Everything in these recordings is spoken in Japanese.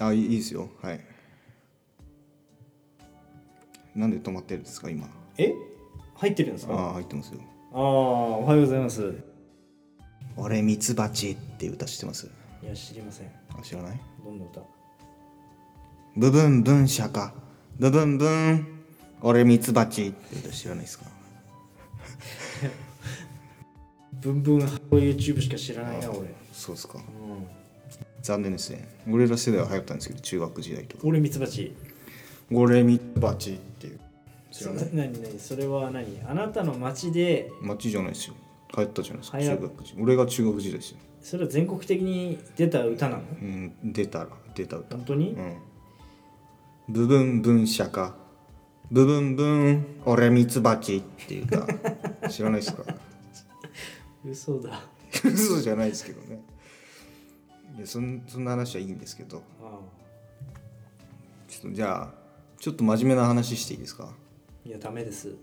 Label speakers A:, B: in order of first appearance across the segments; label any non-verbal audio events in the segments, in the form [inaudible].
A: あいいいいですよはいなんで止まってるんですか今
B: え入ってるんです
A: あ
B: かあ
A: あ入ってますよ
B: あーおはようございます
A: 「俺ミツバチ」っていう歌知ってます
B: いや知りません
A: あ知らない
B: どんな歌
A: 部分分社か部分分俺ミツバチって歌知らないですか
B: ブンブンハロー YouTube しか知らないな俺、うん、
A: そうですか残念ですね俺ら世代は流行ったんですけど中学時代とか
B: 俺ミツバチ
A: 「俺ミツバチ」っていう知
B: そ
A: ら
B: れ
A: ない
B: なになにそれは何あなたの街で
A: 街じゃないですよ流行ったじゃないですか
B: 流行
A: 中学時俺が中学時代ですよ
B: それは全国的に出た歌なの
A: うん出たら出た歌
B: 本当に、
A: うん部分分社か部分分俺ミツバチっていうか知らないですか
B: 嘘だあ
A: 嘘じゃないですけどねいやそんそんな話はいいんですけど
B: あ
A: ちょっとじゃあちょっと真面目な話していいですか
B: いやダメです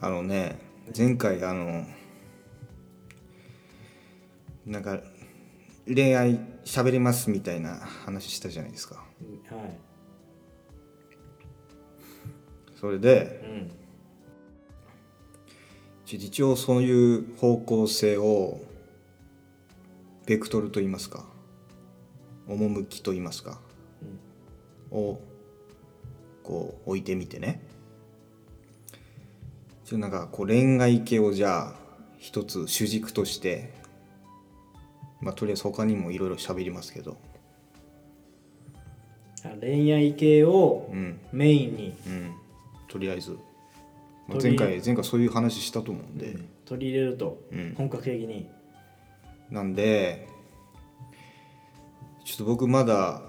A: あのね前回あのなんか恋愛喋りますみたいな話したじゃないですか
B: うんはい
A: それで
B: うん
A: ちょ一応そういう方向性をベクトルと言いますか趣と言いますか、をこう置いてみてねちょっとなんかこう恋愛系をじゃあ一つ主軸としてまあとりあえず他にもいろいろ喋りますけど
B: あ恋愛系を
A: うん
B: メインに
A: うんとりあえず、まあ
B: とり
A: 前回前回そういう話したと思うんで、
B: 取り入れると、
A: うん
B: 本格的に
A: なんでちょっと僕まだ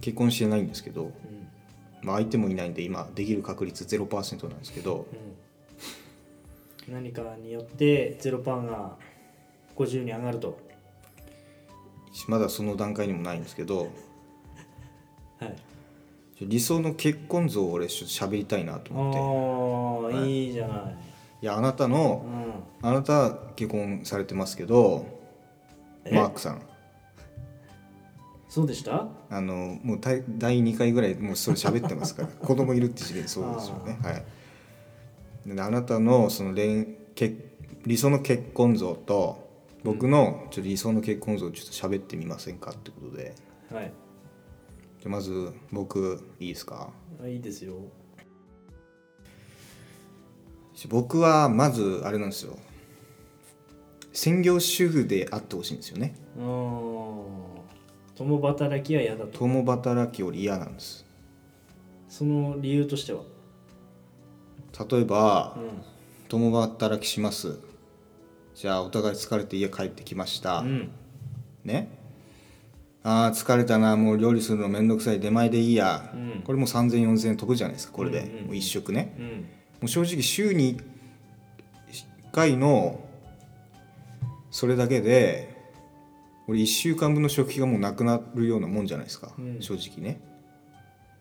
A: 結婚してないんですけど、まあ、相手もいないんで今できる確率0%なんですけど
B: うん、何かによってゼロパンが50に上がると
A: まだその段階にもないんですけど
B: はい
A: ちょ理想の結婚像を俺ちょっと喋りたいなと思って
B: ああ、い、いじゃない、
A: いやあなた
B: う
A: の
B: ん、
A: あなた結婚されてますけど
B: え
A: マークさん
B: そうでした
A: あのもう第第2回ぐらいもうそれ喋ってますから子供いるって知りそうですよねはいであなたのその恋結理想の結婚像と僕のちょっと理想の結婚像をちょっと喋ってみませんかってことで
B: はい
A: じゃあまず僕いいですか
B: あいいですよ
A: 僕はまずあれなんですよ専業主婦であってほしいんですよね
B: うん共働きは嫌だと
A: 共働きより嫌なんです
B: その理由としては
A: 例えば
B: う
A: 共働きしますじゃあお互い疲れて家帰ってきました、
B: ん、うん、
A: ねあー疲れたなもう料理するのめんどくさい出前でいいや、
B: うん
A: これもう30004000円得じゃないですかこれで、
B: うんうんうん
A: もう1食ね
B: うん、
A: もう正直週に1回のそれだけで俺1週間分の食費がもうなくなるようなもんじゃないですか、
B: うん
A: 正直ね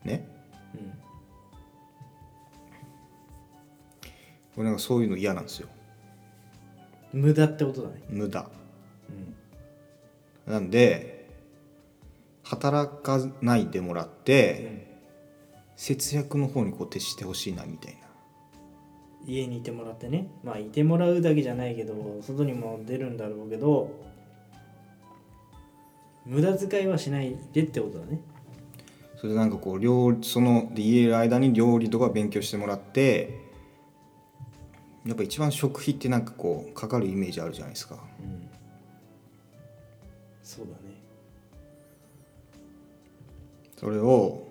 A: ね
B: うん、
A: 俺なんかそういうの嫌なんですよ
B: 無駄ってことだね
A: 無駄
B: うん
A: なんで働かないでもらって、節約の方にこう徹してほしいなみたいな
B: 家にいてもらってねまあいてもらうだけじゃないけど外にも出るんだろうけど無駄遣いはしないでってことだね
A: それでなんかこう料理そので家いる間に料理とか勉強してもらってやっぱ一番食費ってなんかこうかかるイメージあるじゃないですか
B: うんそうだね
A: それを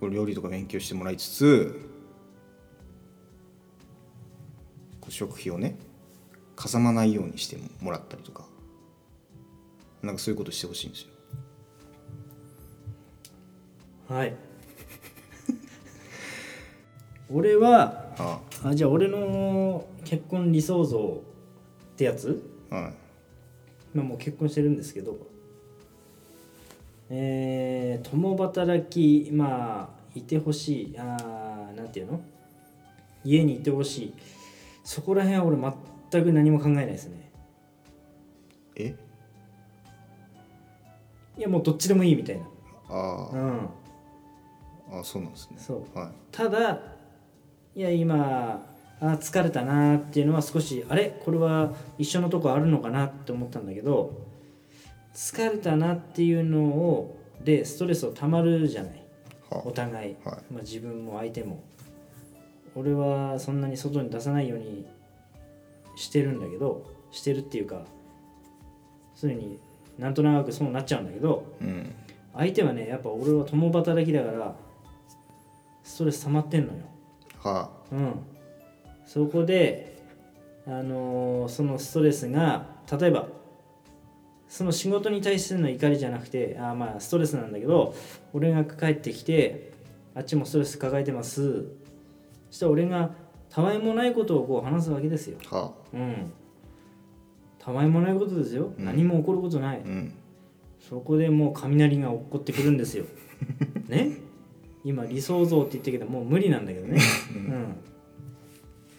A: こう料理とか勉強してもらいつつこう食費をねかさまないようにしてもらったりとかなんかそういうことしてほしいんですよ
B: はい [laughs] 俺は
A: あ
B: あじゃあ俺の結婚理想像ってやつ
A: あはい
B: まあもう結婚してるんですけどえー共働きまあいてほしいあーなんていうの家にいてほしいそこら辺は俺全く何も考えないですね
A: え
B: いやもうどっちでもいいみたいな、
A: あ
B: う
A: ー
B: ん、
A: あそうなんですね
B: そ
A: はい
B: ただいや今あー疲れたなーっていうのは少しあれこれは一緒のとこあるのかなって思ったんだけど疲れたなっていうのをでストレスをたまるじゃないお
A: は
B: 互い、
A: はい
B: まあ、自分も相手も俺はそんなに外に出さないようにしてるんだけどしてるっていうかすでになんとなくそうなっちゃうんだけど
A: うん
B: 相手はねやっぱ俺は共働きだからストレス溜まってんのよ
A: は
B: うんそこであのーそのストレスが例えばその仕事に対するの怒りじゃなくてあーまあストレスなんだけど俺が帰ってきてあっちもストレス抱えてますそしたら俺がたわいもないことをこう話すわけですよ
A: あは
B: うんたわいもないことですよ、
A: うん
B: 何も起こることない
A: あうん
B: そこでもう雷が落っこってくるんです [laughs] よ。ね今理想像って言ったけどもう無理なんだけどね。うん、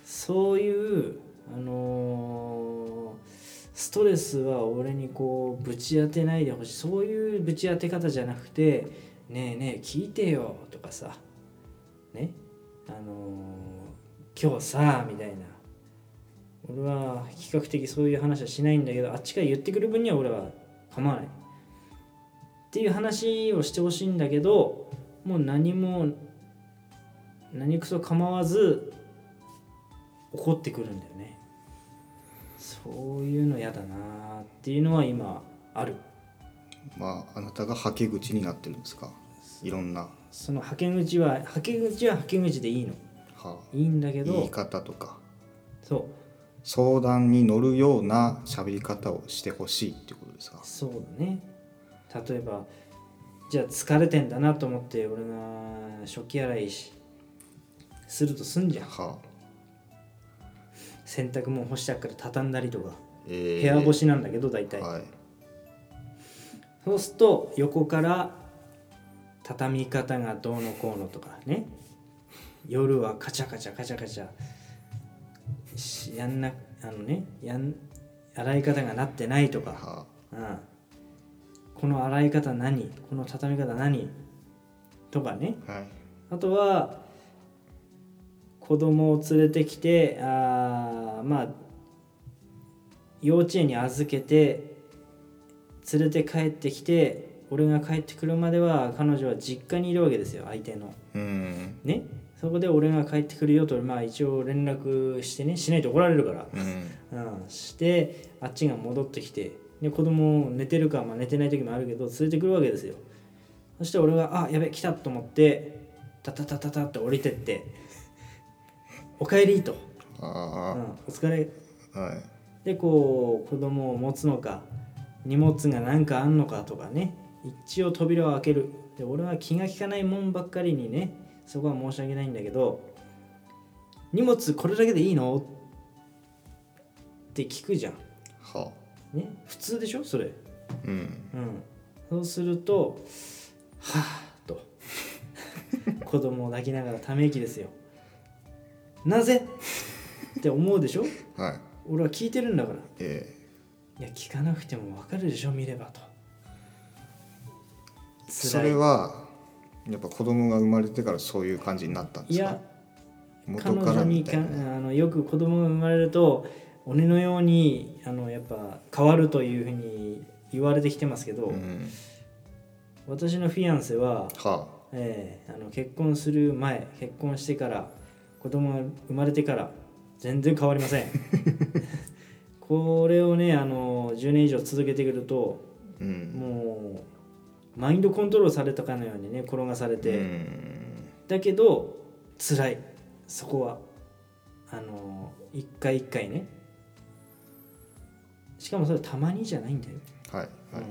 B: そういう、あのーストレスは俺にこうぶち当てないでほしいそういうぶち当て方じゃなくて「ねえねえ聞いてよ」とかさ「ねあのー今日さ」みたいな。俺は比較的そういう話はしないんだけどあっちから言ってくる分には俺は構わないっていう話をしてほしいんだけどもう何も何くそ構わず怒ってくるんだよねそういうの嫌だなっていうのは今ある
A: まああなたがはけ口になってるんですかいろんな
B: そのはけ口ははけ口ははけ口でいいの
A: はい
B: いんだけど
A: 言い方とか
B: そう
A: 相談に乗るような喋り方をしてほしいっていうことですか
B: そうだね例えばじゃあ疲れてんだなと思って俺が食器洗いしするとすんじゃん
A: はあ
B: 洗濯物干してあっから畳んだりとか
A: え
B: 部
A: ー
B: 屋干しなんだけど大体、
A: はい
B: そうすると横から畳み方がどうのこうのとかね夜はカチャカチャカチャカチャしやんなあのねやん洗い方がなってないとか
A: は
B: うん、この洗い方何この畳み方何とかね
A: あはい
B: あとは子供を連れてきてあーまあ幼稚園に預けて連れて帰ってきて俺が帰ってくるまでは彼女は実家にいるわけですよ相手の
A: うん
B: ねそこで俺が帰ってくるよとまあ一応連絡してねしないと怒られるから
A: うん
B: うん、してあっちが戻ってきてで子供寝てるか、まあ、寝てない時もあるけど連れてくるわけですよそして俺が「あやべ来た」と思ってタタタタタって降りてって「おかえり」と、うん
A: あ
B: お疲れ」
A: あはい
B: でこう子供を持つのか荷物が何かあんのかとかね一応扉を開けるで俺は気が利かないもんばっかりにねそこは申し訳ないんだけど「荷物これだけでいいの?」って聞くじゃん。
A: は
B: ね、普通でしょそれ、
A: あうん
B: うん、そうするとはぁと [laughs] 子供を抱きながらため息ですよなぜって思うでしょ
A: はい
B: 俺は聞いてるんだから
A: え
B: いや聞かなくても分かるでしょ見ればと
A: ー
B: 辛い
A: それはやっぱ子供が生まれてからそういう感じになったんで
B: い
A: すか
B: や彼
A: 元か
B: 女
A: らみ
B: に
A: た
B: か
A: い
B: あ
A: な
B: のよく子供が生まれると俺のようにあのやっぱ変わるというふうに言われてきてますけど、
A: うん
B: 私のフィアンセは
A: は
B: ええあの結婚する前結婚してから子供が生まれてから全然変わりま
A: [laughs]
B: せんこれをねあの10年以上続けてくると
A: あうん
B: もうマインドコントロールされたかのようにね転がされて、
A: うん
B: だけど辛いそこはあの一回一回ねしかもそれたまにじゃないんだよ
A: はいはい
B: うん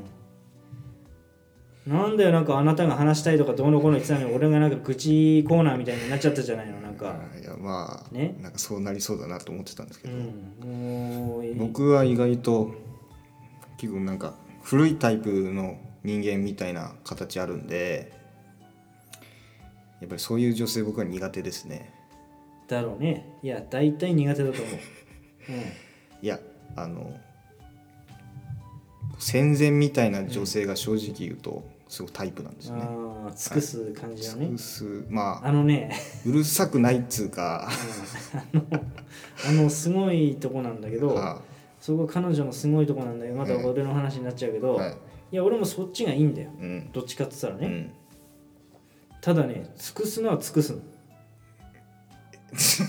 B: なんだよなんかあなたが話したいとかどうのこうの言ってたのに俺がなんか愚痴コーナーみたいになっちゃったじゃないのなんか、
A: いやまあ
B: ね
A: なんかそうなりそうだなと思ってたんですけ
B: う
A: ど
B: ん、もうい
A: 僕は意外と結構なんか古いタイプの人間みたいな形あるんでやっぱりそういう女性僕は苦手ですね
B: だろうねいや大体苦手だと思う、うん、
A: いやあの戦前みたいな女性が正直言うとすごいタイプなんですよね。
B: ああ尽くす感じのね、
A: うすまあ
B: あのね
A: うるさくないっつうか
B: あのすごいとこなんだけど、
A: は
B: そこ彼女のすごいとこなんだけどまた俺の話になっちゃうけ
A: い
B: ど、
A: はいい、
B: や俺もそっちがいいんだよ
A: うん
B: どっちかって言った
A: う
B: らね、
A: ん、 [laughs]
B: ただね尽くすのは尽くすの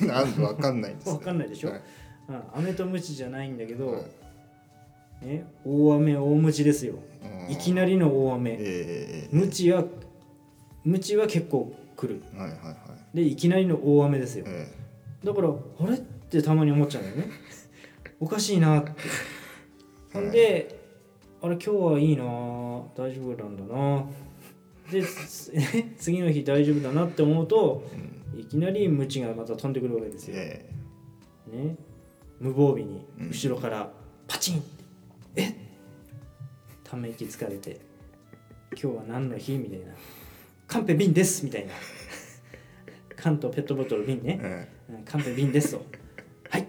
A: なんかわかんないです、ね。
B: わかんないでしょ
A: はい
B: うん飴とムチじゃないんだけど、
A: はい
B: ね、大雨大ムチですよ
A: うん
B: いきなりの大
A: え
B: 雨
A: えええ
B: ムチはムチは結構来る
A: はいはいはい。
B: でいきなりの大雨ですよ
A: え
B: だからあれってたまに思っちゃうんだよ
A: [laughs]
B: ねおかしいなってほんで、あれ今日はいいな大丈夫なんだなでつ [laughs] 次の日大丈夫だなって思うと
A: えうん
B: いきなりムチがまた飛んでくるわけですよ、
A: え
B: ね、無防備に
A: うん
B: 後ろからパチンって、えため息つかれて「今日は何の日?」みたいな「カンペ瓶です」みたいな「缶とペットボトル瓶
A: え
B: ね
A: え
B: うんカンペ瓶です」と「はい」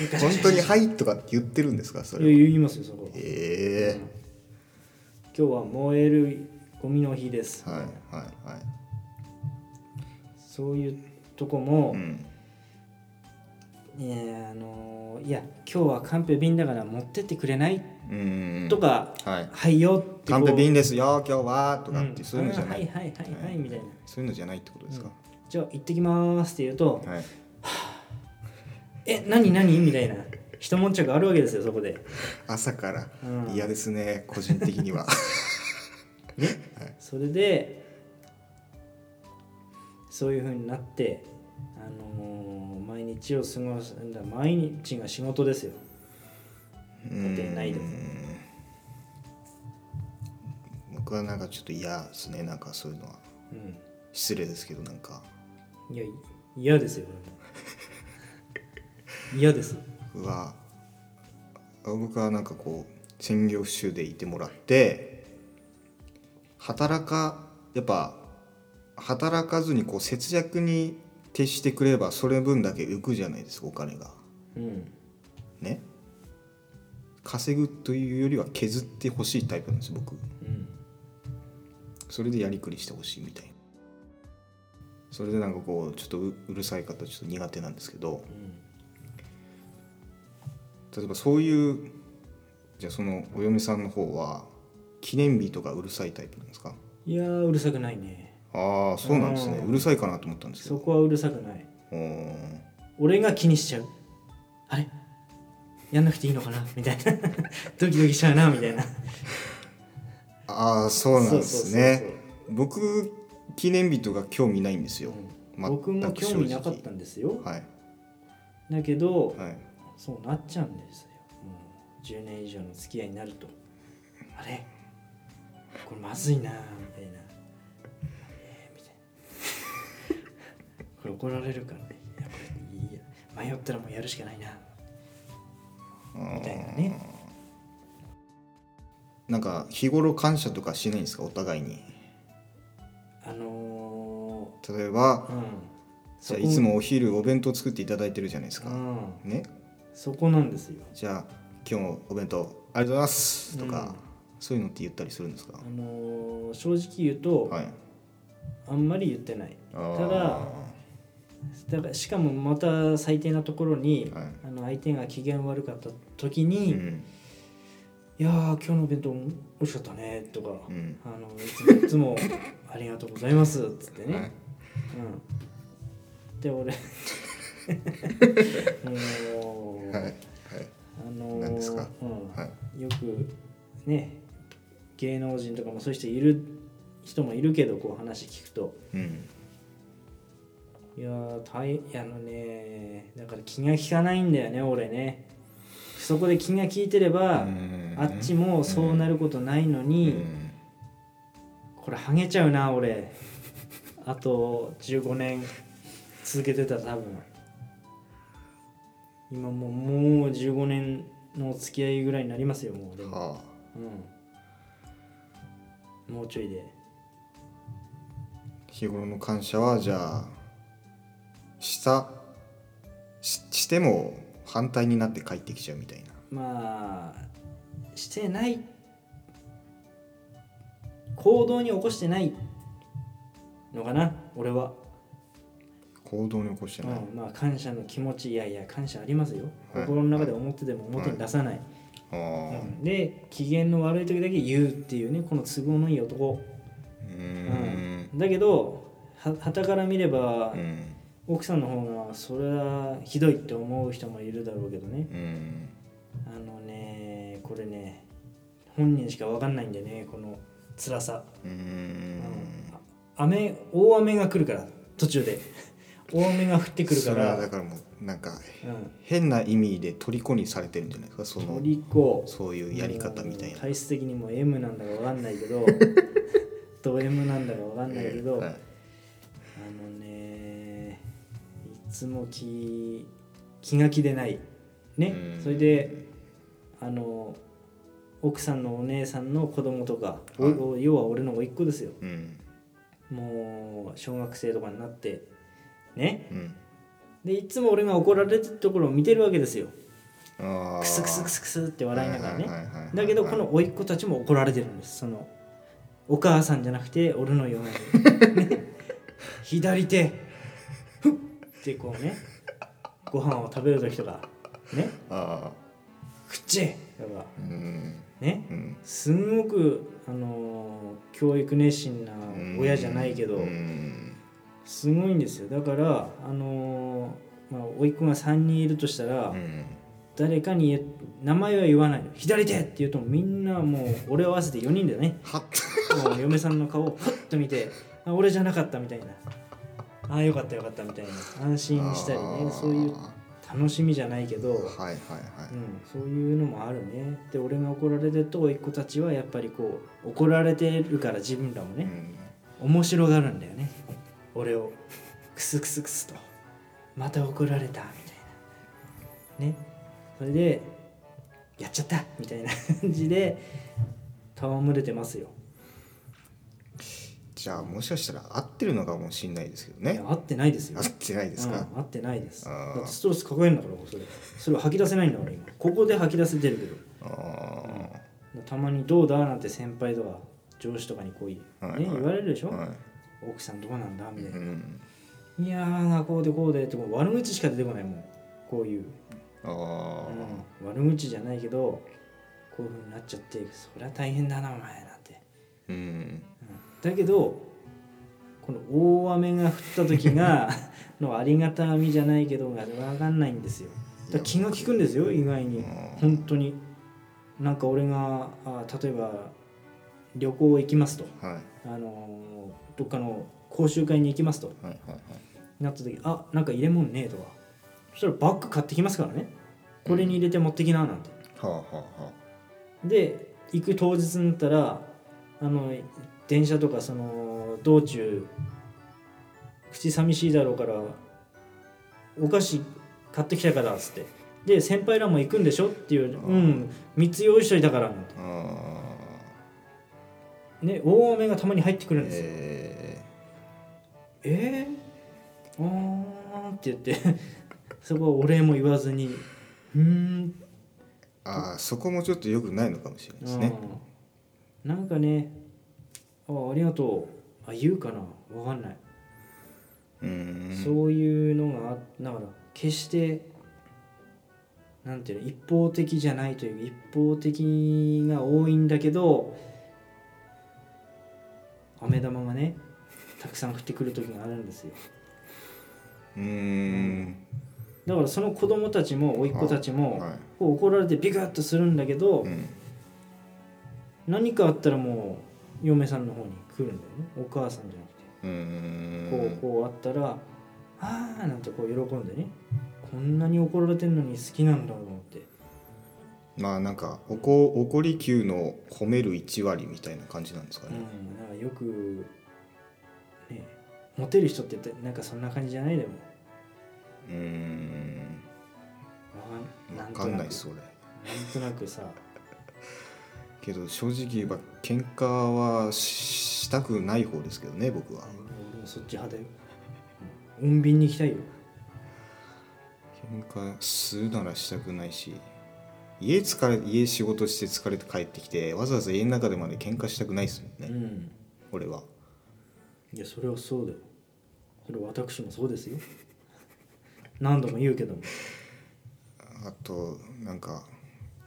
A: え本当に「
B: い
A: はい」とかって言ってるんですかそれは。
B: 言いますよそこは、
A: え
B: うん今日は燃えるゴミの日です
A: え、はいはいはい。
B: そういうとこも、
A: うん
B: いやあのーいや今日はカンペ瓶だから持ってってくれない、
A: うん
B: とか
A: はい。
B: はいよって
A: カンペ
B: こう
A: 瓶ですよ今日はとかって、
B: ん
A: そういうのじゃない、
B: あーはいはいはいはいみたいな
A: そういうのじゃないってことですか、
B: じゃあ行ってきますって言うと
A: はい
B: え何何みたいな一悶着あるわけですよそこで
A: 朝から
B: うん
A: 嫌ですね、個人的には [laughs]
B: それでそういう風になってあのー毎日を過ごすんだ毎日が仕事ですよ家庭内でも
A: うん僕はなんかちょっと嫌ですねなんかそういうのは
B: うん
A: 失礼ですけどなんか
B: いや嫌ですよ俺も嫌です
A: 僕は僕はなんかこう専業主婦でいてもらって働かやっぱ働かずにこう節約に徹してくればそれ分だけ浮くじゃないですかお金が
B: うん
A: ね稼ぐというよりは削ってほしいタイプなんです僕
B: うん
A: それでやりくりしてほしいみたいなそれでなんかこうちょっとううるさい方ちょっと苦手なんですけど例えばそういうじゃあそのお嫁さんの方は記念日とかうるさいタイプなんですか
B: いやーうるさくないね
A: ああそうなんですね
B: うん
A: うるさいかなと思ったんですけ
B: そ
A: ど
B: こはうるさくない
A: おー
B: 俺が気にしちゃうあれやんなくていいのかなみたいな [laughs] ドキドキしちゃうなみたいな
A: ああそうなんです
B: そうそう
A: ね
B: そう
A: 僕記念日とか興味ないんですよ、
B: そう僕も
A: 全く正
B: 興
A: 直
B: 味なかったんですよ
A: はい
B: だけど
A: はい
B: そうなっちゃうんですよもう10年以上の付き合いになるとあれこれまずいなみたいなえーみたいな [laughs] これ怒られるからねいやこれいいや迷ったらもうやるしかないなみたいなね
A: なんか日頃感謝とかしないんですかお互いに
B: あの
A: 例えば
B: ー、うん
A: じ
B: そ
A: ゃあ
B: こ
A: いつもお昼お弁当作っていただいてるじゃないです
B: う
A: か、
B: ん
A: ね
B: そこなんですよ
A: じゃあ今日もお弁当ありがとうございますとか、そういうのって言ったりするんですか、
B: あのー正直言うと、
A: はい
B: あんまり言ってない
A: あー
B: ただだからしかもまた最低なところに、
A: はい
B: あの相手が機嫌悪かった時
A: う
B: に「い
A: ん
B: やー今日の弁当美味しかったね」とか、
A: うん
B: あのいつもいつも [laughs] 「ありがとうございます」っつってね、
A: はい
B: うん、で
A: [laughs]
B: 俺 [laughs] もう、
A: はいはい
B: あのー
A: 何ですか
B: うん
A: はい
B: よくね芸能人とかもそういう人いる人もいるけどこう話聞くと
A: うん
B: いやー大いやあのねだから気が利かないんだよね俺ねそこで気が利いてれば
A: うん
B: あっちもそうなることないの
A: う
B: に
A: ん
B: これハゲちゃうな俺あと15年続けてたら多分今もうもう15年のお付き合いぐらいになりますよもう俺も
A: は
B: うん、もうちょいで
A: あ日頃の感謝はじゃあしたししても反対になって帰ってきちゃうみたいな
B: まあしてない行動に起こしてないのかな俺は、
A: 行動に起こして
B: う
A: ない、
B: ん、まあ感謝の気持ちいやいや感謝ありますよ、
A: はい
B: 心の中で思ってても表に出さない、
A: ああ
B: うんで機嫌の悪い時だけ言うっていうねこの都合のいい男、
A: う
B: うん
A: ん
B: だけどは傍から見れば、
A: うん
B: 奥さんの方がそれはひどいって思う人もいるだろうけどね
A: うん
B: あのねこれね本人しか分かんないんでねこの辛さ
A: うん
B: 雨大雨が来るから途
A: [laughs]
B: 中で大雨が降ってくるか
A: それは
B: ら
A: だからもうなんか
B: うん
A: 変な意味で虜にされてるんじゃないですかその
B: 鳥子
A: そういうやり方みたい
B: もう
A: な。
B: 体質的にも M なんだか分かんない
A: [laughs]
B: けどド M なんだか分かんないけど、
A: えーはい
B: あのねいつも気気が気でないね
A: うん
B: それであの奥さんのお姉さんの子供とか、お
A: はい
B: お要は俺の甥っ子ですよ
A: うん
B: もう小学生とかになってね
A: うん
B: でいつも俺が怒られてるところを見てるわけですよ
A: ああ
B: クスクスクスクスって笑いながらね、
A: はいはいはいはい
B: だけどこの甥っ子たちも怒られてるんですそのお母さんじゃなくて俺のよ
A: [laughs]
B: うな、ね左手ふっってこうねご飯を食べる時とかね
A: ああ
B: 口とか
A: うん
B: ね
A: うん
B: すんごくあのー教育熱心な親じゃないけど
A: うん
B: すごいんですよだからあのーまあ甥っ子が3人いるとしたら、
A: うん
B: 誰かに言え名前は言わないの左手って言うとみんなもう俺を合わせて4人でね
A: はっ
B: もう嫁さんの顔をふっと見てあ俺じゃなかったみたいなああよかったよかったみたいな安心したり
A: あ
B: ね
A: ー
B: そういう楽しみじゃないけど、う
A: は
B: ん、
A: いはいはい
B: そういうのもあるねで俺が怒られてると甥っ子たちはやっぱりこう怒られてるから自分らも
A: う
B: ね、
A: ん
B: 面白がるんだよね俺をクスクスクスとまた怒られたみたいなねそれでやっちゃったみたいな感じで戯れてますよ
A: じゃあもしかしたら合ってるのかもしれないですけど
B: い
A: ね
B: や合ってないですよ
A: 合ってないですか
B: うん、合ってないです
A: あー
B: だってストレス抱えんだから俺それそれを吐き出せないんだから今ここで吐き出せてるけど
A: ああ
B: たまに「どうだ?」なんて先輩とか上司とかにこう、ね
A: はいはい
B: 言われるでしょ、
A: は
B: 奥さんどうなんだみ
A: い
B: たいうな、
A: ん
B: いやーこうでこうでって悪口しか出てこないもんこういう、
A: ああ
B: うん、悪口じゃないけどこういうふうになっちゃってそりゃ大変だなお前なんて、
A: うん
B: うん、だけどこの大雨が降った
A: [laughs]
B: 時がのありがたみじゃないけどが分かんないんですよだから気が利くんですよ意外に
A: あー
B: 本当になんか俺があ例えば旅行行きますと、
A: はい
B: あのーどっかの講習会に行きますと
A: はいはいはい
B: なった時あなんか入れ物ねえとかそしたらバッグ買ってきますからねこれに入れて持ってきななんて、
A: はあはあは
B: で行く当日になったらあの電車とかその道中口寂しいだろうからお菓子買ってきたからっつってで先輩らも行くんでしょっていう
A: あー
B: うん3つ用意しといたからなんて
A: ああ
B: ね大雨がたまに入ってくるんですよ
A: え
B: えー、あーって言って [laughs] そこはお礼も言わずにうーん
A: ーああそこもちょっと良くないのかもしれないですね
B: うんなんかねあありがとうあ言うかなわかんない、
A: うん
B: そういうのがあだから決してなんていうの一方的じゃないという一方的が多いんだけど飴玉がねたくさん降ってくる時があるんですよ
A: うーん
B: だからその子供たちも甥っ子たちも、
A: はい
B: こう怒られてビクッとするんだけど、
A: うん
B: 何かあったらもう嫁さんの方に来るんだよねお母さんじゃなくて。
A: うーん
B: こうこうあったら「ああ」なんてこう喜んでねこんなに怒られてんのに好きなんだと思って
A: まあなんかおこ怒り級の褒める1割みたいな感じなんですか
B: う
A: ね、
B: んなんかよくねモテる人ってなんかそんな感じじゃないでも
A: うーん
B: わ
A: 分
B: ん
A: かんないっ
B: と
A: す俺
B: なくなんとなくさ
A: けど正直言えば喧嘩はししたくない方ですけどね僕は
B: 俺もそっち派だようん穏便に行きたいよ
A: 喧嘩するならしたくないし家疲れ家仕事して疲れて帰ってきてわざわざ家の中でまで喧嘩したくないですもん
B: う
A: ね、
B: ん
A: 俺はい
B: やそれはそうだよそれは私もそうですよ何度も言うけども
A: あとなんか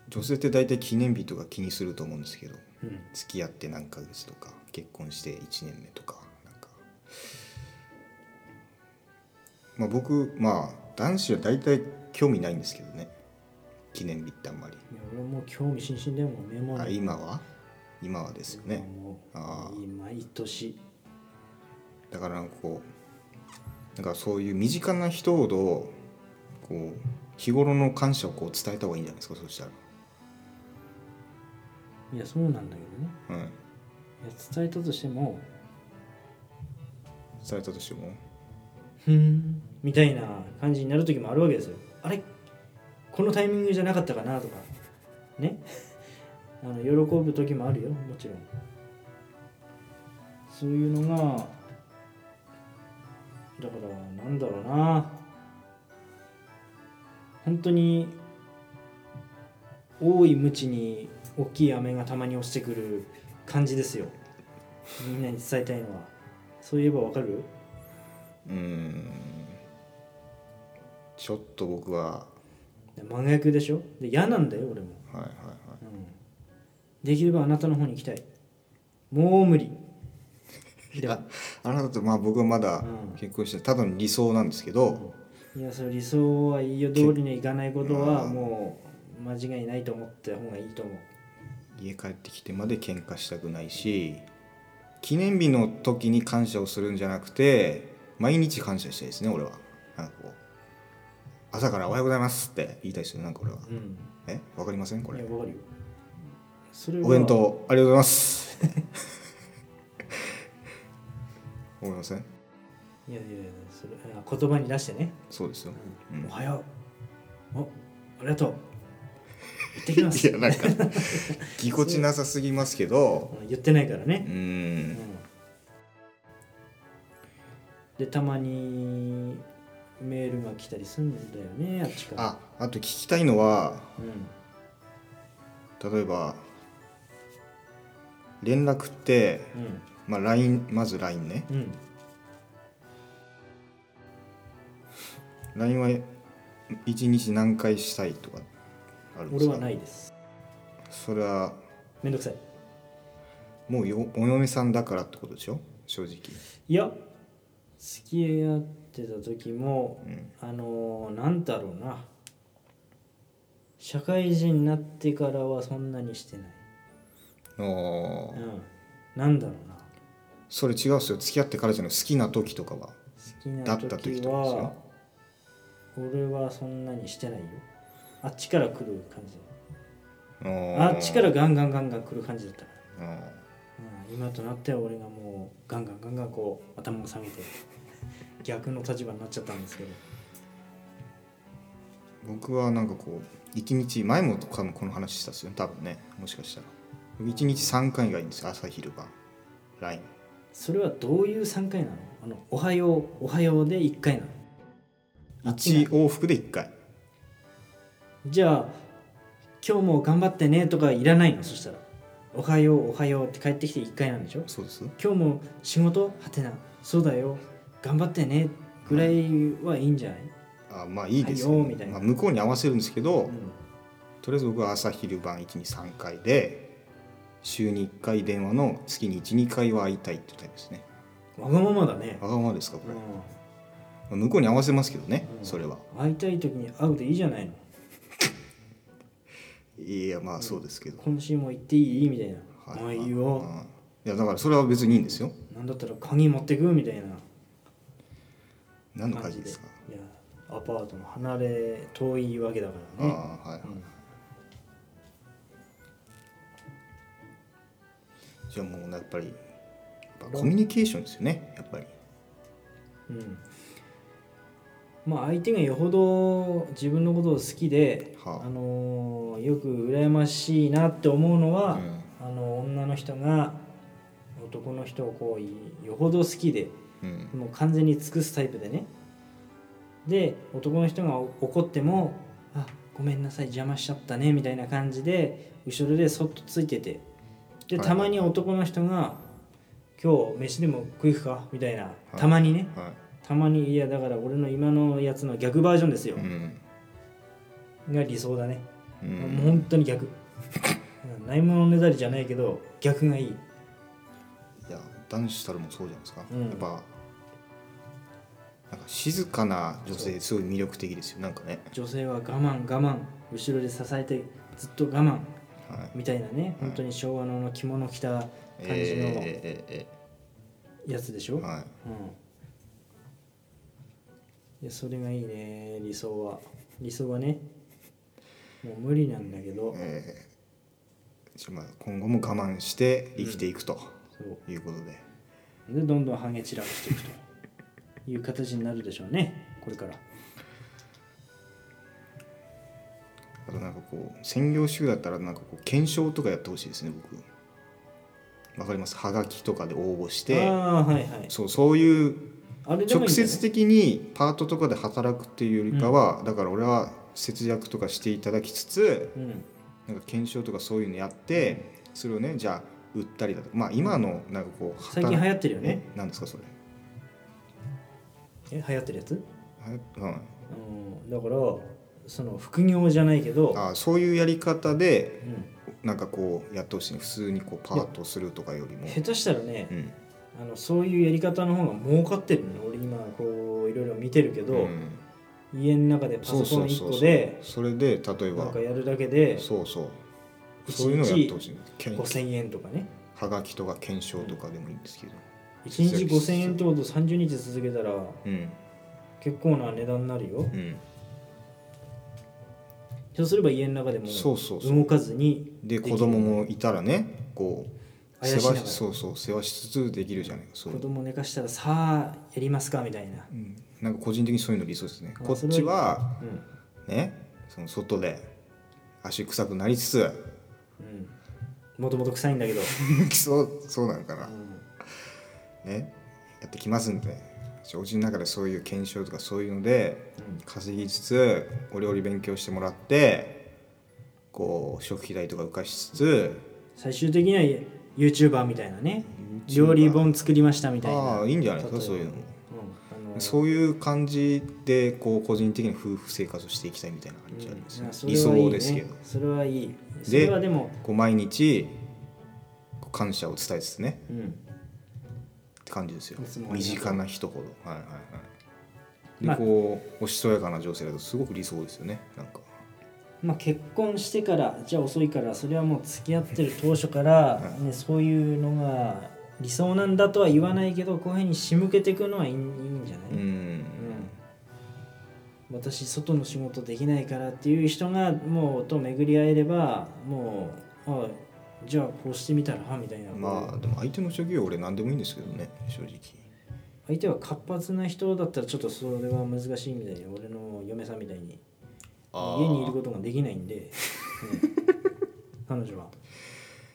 A: 女性って大体記念日とか気にすると思うんですけど
B: うん
A: 付き合って何ヶ月とか結婚して1年目とかなんかまあ僕まあ男子は大体興味ないんですけどね記念日ってあんまり、
B: いや俺はもう興味津々だよもうメモ
A: あ今は今はですよね
B: も
A: あ
B: う毎年
A: だからなんかこうなんかそういう身近な人ほどこう日頃の感謝をこう伝えた方がいいんじゃないですかそしたら、
B: いやそうなんだけどね
A: うん、
B: いや伝えたとしても
A: 伝えたとしても
B: ふーんみたいな感じになる時もあるわけですよあれこのタイミングじゃなかったかなとかねあの喜ぶ時もあるよもちろんそういうのがだからなんだろうな本当に多い無知に大きい雨がたまに落ちてくる感じですよみんなに伝えたいのはそういえばわかる
A: うーんちょっと僕は
B: で真逆でしょで嫌なんだよ俺も、
A: はいはいはい
B: うん、できればあなたの方に行きたいもう無理でも
A: あなたとまあ僕はまだ
B: うん
A: 結婚してただの理想なんですけど、
B: いやその理想は言いよ通りにいかないことは
A: うん
B: もう間違いないと思った方がいいと思う
A: 家帰ってきてまで喧嘩したくないし記念日の時に感謝をするんじゃなくて毎日感謝したいですね俺はなんかこう朝から「おはようございます」って言いたいですよねなんか俺は
B: うん
A: えわかりませんこ
B: い
A: れ
B: やわかるよそれは
A: お弁当ありがとうございます [laughs] わかりません
B: いやいやいやそれあ言葉に出してね、
A: そうですよ、う
B: お
A: ん
B: はようおありがとう行ってきま
A: い
B: す
A: やなんかぎこちなさすぎますけど
B: 言ってないからね、
A: うーん
B: でたまにメールが来たりするんだよねあっちから
A: ああと聞きたいのは
B: うん
A: 例えば連絡って、
B: うん
A: まあ、LINE まず LINE ね
B: うん
A: LINE は1日何回したいとかあるんで
B: 俺
A: すか
B: はないです
A: それは
B: めんどくさい
A: もうよお嫁さんだからってことでしょ正直
B: いや付き合ってた時も
A: うん
B: あのーなんだろうな社会人になってからはそんなにしてない
A: お
B: う
A: ー
B: んなんだろうな
A: それ違うっすよ付き合ってからじゃない好きな時とかは
B: 好き
A: だ
B: な
A: った時
B: 時
A: とかです
B: は
A: よ
B: 俺はそんなにしてないよあっちから来る感じあ
A: あ
B: っちからガンガンガンガン来る感じだったか
A: あ
B: ら、うん、今となっては俺がもうガンガンガンガンこう頭を下げて [laughs] 逆の立場になっちゃったんですけど
A: 僕はなんかこう一日前も多分この話したっすよね多分ねもしかしたら僕一日3回がいいんですよ朝昼晩 LINE
B: それはどういう3回なのあの「おはようおはよう」で1回なの
A: 1往復で1回
B: じゃあ「今日も頑張ってね」とかいらないのそしたら「おはようおはよう」って帰ってきて1回なんでしょ
A: そうです
B: 今日も仕事はてなそうだよ頑張ってねぐらいはいいんじゃない、
A: あまあいいですよ、
B: はいよーみたいな
A: まあ、向こうに合わせるんですけど、
B: うん
A: とりあえず僕は朝昼晩1日3回で週に1回電話の月に12回は会いたいってタイプですね
B: わがままだね、
A: わがままですかこ
B: う
A: れ、ま
B: ん
A: あ向こうに合わせますけどね、
B: うん
A: それは
B: 会いたい時に会うでいいじゃないの
A: いやまあそうですけど、
B: 今週も行っていいみたいな「
A: はい
B: まあいい
A: うん
B: よ
A: いやだからそれは別にいいんですよ
B: なんだったら鍵持ってく」みたいな
A: 何の会議ですか
B: いやアパートも離れ遠いわけだからね
A: ああはい、
B: うん
A: じゃあもうやっぱりやっぱコミュニケーションですよねやっぱり
B: うんまあ相手がよほど自分のことを好きで、
A: はあ
B: あのーよく羨ましいなって思うのは、
A: うん
B: あの女の人が男の人をこうよほど好きで
A: うん
B: もう完全に尽くすタイプでねで男の人が怒っても「あごめんなさい邪魔しちゃったねみたいな感じで後ろでそっとついててで
A: はい
B: たまに男の人が「今日飯でも食い行くか?」みたいないたまにね
A: は
B: たまにいやだから俺の今のやつの逆バージョンです
A: い
B: よ
A: うん
B: が理想だね
A: う
B: もうん本当に [laughs] 逆うんないものねだりじゃないけど逆がいい
A: いや男子たるもそうじゃないですか、
B: うん
A: やっぱなんか静かな女性すごい魅力的ですよなんかね、
B: 女性は我慢我慢後ろで支えてずっと我慢
A: はい、
B: みたいなね本当に昭和のあの着物着た感
A: え
B: じ
A: え
B: の
A: えええ
B: やつでし
A: え
B: ょ、
A: はい
B: うん、いやそれがいいね理想は理想はねもう無理なんだけど、
A: ええじゃあまあ今後も我慢して生きていくと
B: そう
A: いうことで、
B: でどんどんハゲ散らかしていくという形になるでしょうねこれから
A: あとなんかこう専業主婦だったらなんかこう検証とかやってほしいですね僕わかりますはがきとかで応募して
B: ああはいはい
A: そうそういう
B: あれでもい
A: 直
B: いんだよね
A: 接的にパートとかで働くっていうよりかは、だから俺は節約とかしていただきつつ
B: うん
A: なんか検証とかそういうのやってそれをねじゃあ売ったりだとかまあ今のなんかこう
B: 最近流行ってるよね
A: えなんですかそれ
B: え流行ってるやつ
A: はうん
B: うんだからその副業じゃないけど、
A: あそういうやり方で
B: うん、
A: なんかこうやってほしいね普通にこうパートするとかよりも、
B: 下手したらね、
A: うん
B: あのそういうやり方の方が儲かってるの俺今こういろいろ見てるけど、
A: ん
B: 家の中でパソ
A: そうそ
B: コン
A: う
B: 1
A: そう
B: 個
A: そう
B: で
A: それで例え
B: な
A: ば
B: んかやるだけで
A: そうそう
B: 一日
A: そういうのやってほしいけん
B: 5000円とかね
A: はがきとか検証とかでもいいんですけど
B: 1日5000円ってこと30日続けたら
A: うん
B: 結構な値段になるよ
A: うん
B: そうすれば家の中でも
A: そうそうそう
B: 動かずに
A: で
B: きる
A: 子供もいたらねこう
B: あや
A: 世
B: しなが
A: 話
B: ら
A: しそうそう世話しつつできるじゃないそう
B: 子供寝かしたらさあやりますかみたいな、
A: うん、なんか個人的にそういうの理想ですね
B: あ
A: こっちは
B: うん
A: ねその外で足臭くなりつつ [laughs]
B: うん、もともと臭いんだけど、
A: そうそうなのか
B: う
A: な、
B: ん
A: ねやってきますんでお家の中でそういう検証とかそういうので
B: うん
A: 稼ぎつつお料理勉強してもらってこう食費代とか浮かしつつ
B: 最終的には YouTuber みたいなね
A: YouTuber
B: 料理本作りましたみたいな
A: ああいいんじゃないですか
B: 例えば
A: そういうのも
B: うんあの
A: そういう感じでこう個人的に夫婦生活をしていきたいみたいな感じなんですね、
B: うんそれ
A: 理
B: はい
A: 想
B: いね
A: ですけど
B: それはいいそれはでも
A: こう毎日こう感謝を伝えつつね
B: うん
A: って感じですよ
B: いつもありがとう
A: 身近な人ほどはいはいはいで、
B: まあ
A: こうおしとやかな女性だとすごく理想ですよねなんか
B: まあ、結婚してからじゃあ遅いからそれはもう付き合ってる当初から、ね、そういうのが理想なんだとは言わないけどこういうふうに仕向けていくのはいいいいんじゃない、
A: うん
B: うん私外の仕事できないからっていう人がもうと巡り合えればもうあじゃあこうしてみたらみたいな、
A: まあでも相手の職業は俺何でもいいんですけどね正直
B: 相手は活発な人だったらちょっとそれは難しいみたいで俺の嫁さんみたいに
A: あー
B: 家にいることができないんで、ね彼女は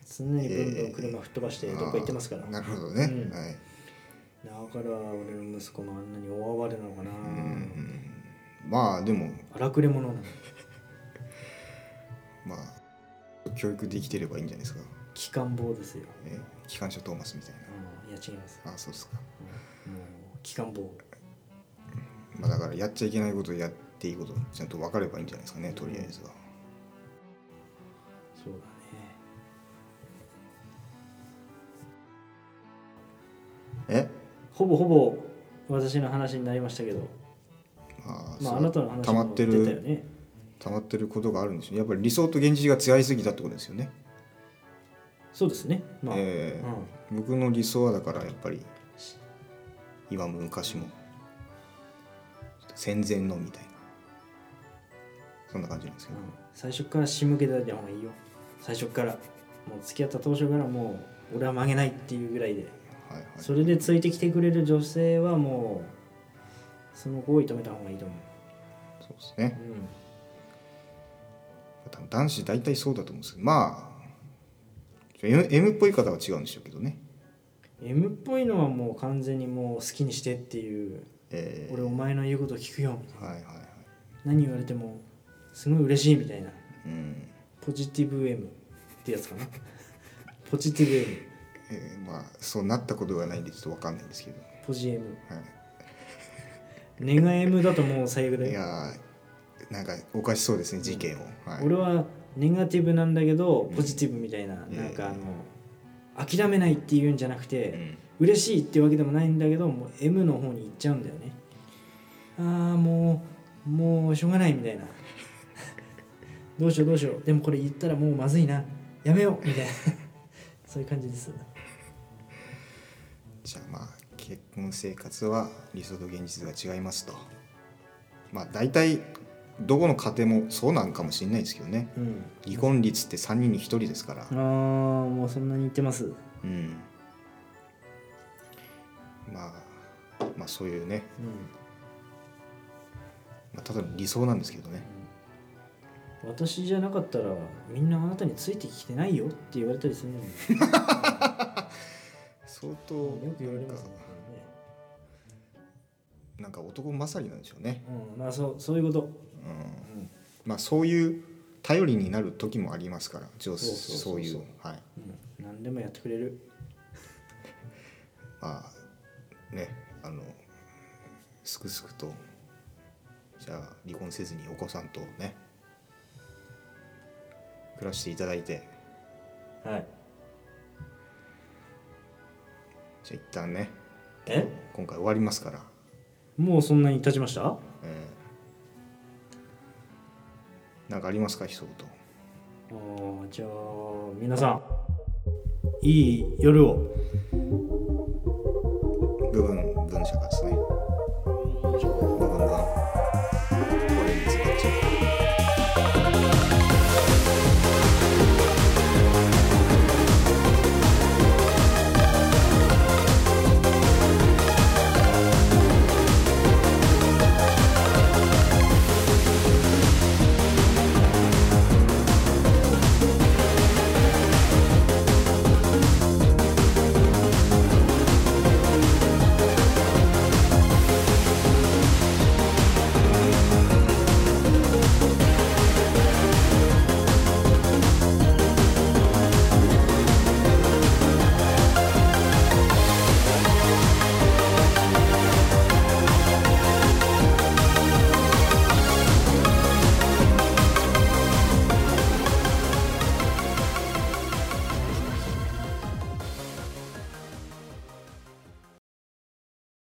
B: 常にどんどん車吹っ飛ばしてどっか行ってますから、
A: あーなるほどね、
B: うん
A: はい
B: だから俺の息子もあんなに大暴れなのかな、
A: まあでも
B: 荒くれ者なの
A: まあ教育できてればいいんじゃないですか、
B: 機関棒ですよ、
A: ね、機関車トーマスみたいな
B: うん、いや違います、
A: あそうですか、
B: うんもう機関棒
A: まあ、だからやっちゃいけないことやっていいことちゃんと分かればいいんじゃないですかねとりあえずは、
B: そうだね
A: え
B: ほぼほぼ私の話になりましたけど、
A: まあ、
B: ま
A: そう
B: あ、あなたの話
A: 溜ま
B: も
A: って
B: 出たよ
A: る
B: ね
A: 溜まってることがあるんでしょうやっぱり理想と現実が違いすぎたってことですよね、
B: そうですねまあ、
A: ええ
B: うん
A: 僕の理想はだからやっぱり今も昔も戦前のみたいなそんな感じなんですけ
B: う
A: ど、
B: ん最初から仕向けてあげた方がいいよ最初からもう付き合った当初からもう俺は曲げないっていうぐらいで
A: はいはい
B: それでついてきてくれる女性はもうその行為止めた方がいいと思
A: そうですね
B: う、うん、
A: 多分男子大体そうだと思うんですけどまあ M, M っぽい方は違うんでしょうけどね、
B: M っぽいのはもう完全にもう好きにしてっていう
A: えー
B: 俺お前の言うこと聞くよ
A: はいはいはい
B: 何言われてもすごい嬉しいみたいな
A: うん
B: ポジティブ M ってやつか
A: [laughs]
B: なポジティブ M
A: えーまあそうなったことがないんでちょっとわかんないんですけど、
B: ポジ M
A: はい、
B: ネガ M だともう最悪だ
A: い
B: よ
A: やーなんかおかしそうですね事件を、はい、
B: 俺はネガティブなんだけどポジティブみたいな、
A: うん
B: なんかあの諦めないっていうんじゃなく
A: う
B: て、
A: ん
B: 嬉しいっていうわけでもないんだけどもう M の方に行っちゃうんだよねああもうもうしょうがない
A: [laughs]
B: みたいなどうしようどうしようでもこれ言ったらもうまずいなやめようみ
A: [laughs]
B: たいなそういう感じです
A: じゃあまあ結婚生活は理想と現実が違いますとまあ大体どこの家庭もそうなんかもしれないですけどね
B: うん
A: 離婚率って3人に1人ですから
B: ああもうそんなに言ってます
A: うんまあまあそういうね、
B: う
A: まあ、ただの理想なんですけどね
B: ん私じゃなかったらみんなあなたについてきてないよって言われたりするのによ
A: 相当なん
B: く言われます
A: か
B: ね
A: なんか男勝りなんでしょうね、
B: うんまあそうそういうこと
A: うん、まあそういう頼りになる時もありますから女性
B: そうそうそうそ
A: そう
B: う
A: いうはい
B: うん何でもやってくれる
A: まあねあのすくすくとじゃあ離婚せずにお子さんとね暮らしていただいて
B: はい
A: じゃあ一旦ね
B: え
A: 今回終わりますから、
B: もうそんなに経ちました
A: えーなんかありますか一言
B: あーじゃあ皆さんいい夜を